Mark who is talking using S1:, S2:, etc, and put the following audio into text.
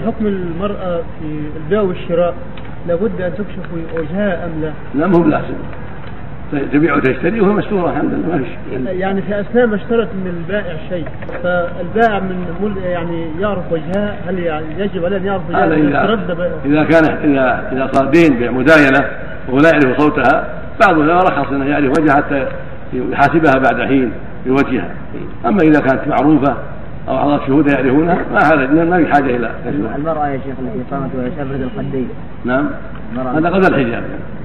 S1: حكم المرأة في البيع والشراء لابد أن تكشف وجهها أم لا؟
S2: لا مو طيب، بلازم تبيع وتشتري وهي مستوره الحمد لله ما فيش
S1: يعني في أثناء ما اشترت من البائع شيء فالبائع من مل- يعني يعرف وجهها هل يعني يجب عليه أن يعرف وجهها؟
S2: هذا اذا
S1: يتردد بقى.
S2: اذا كان اذا اذا صار دين بيع مداينه وهو لا يعرف صوتها بعض العلماء رخص انه يعرف وجهها حتى يحاسبها بعد حين بوجهها اما اذا كانت معروفه او اعضاء شهود يعرفونها ما حرج ما ما في حاجه الى كشفها
S3: المرأة يا شيخ التي قامت وهي تبرد الخدين
S2: نعم
S3: المرأة
S2: هذا قبل الحجاب يعني.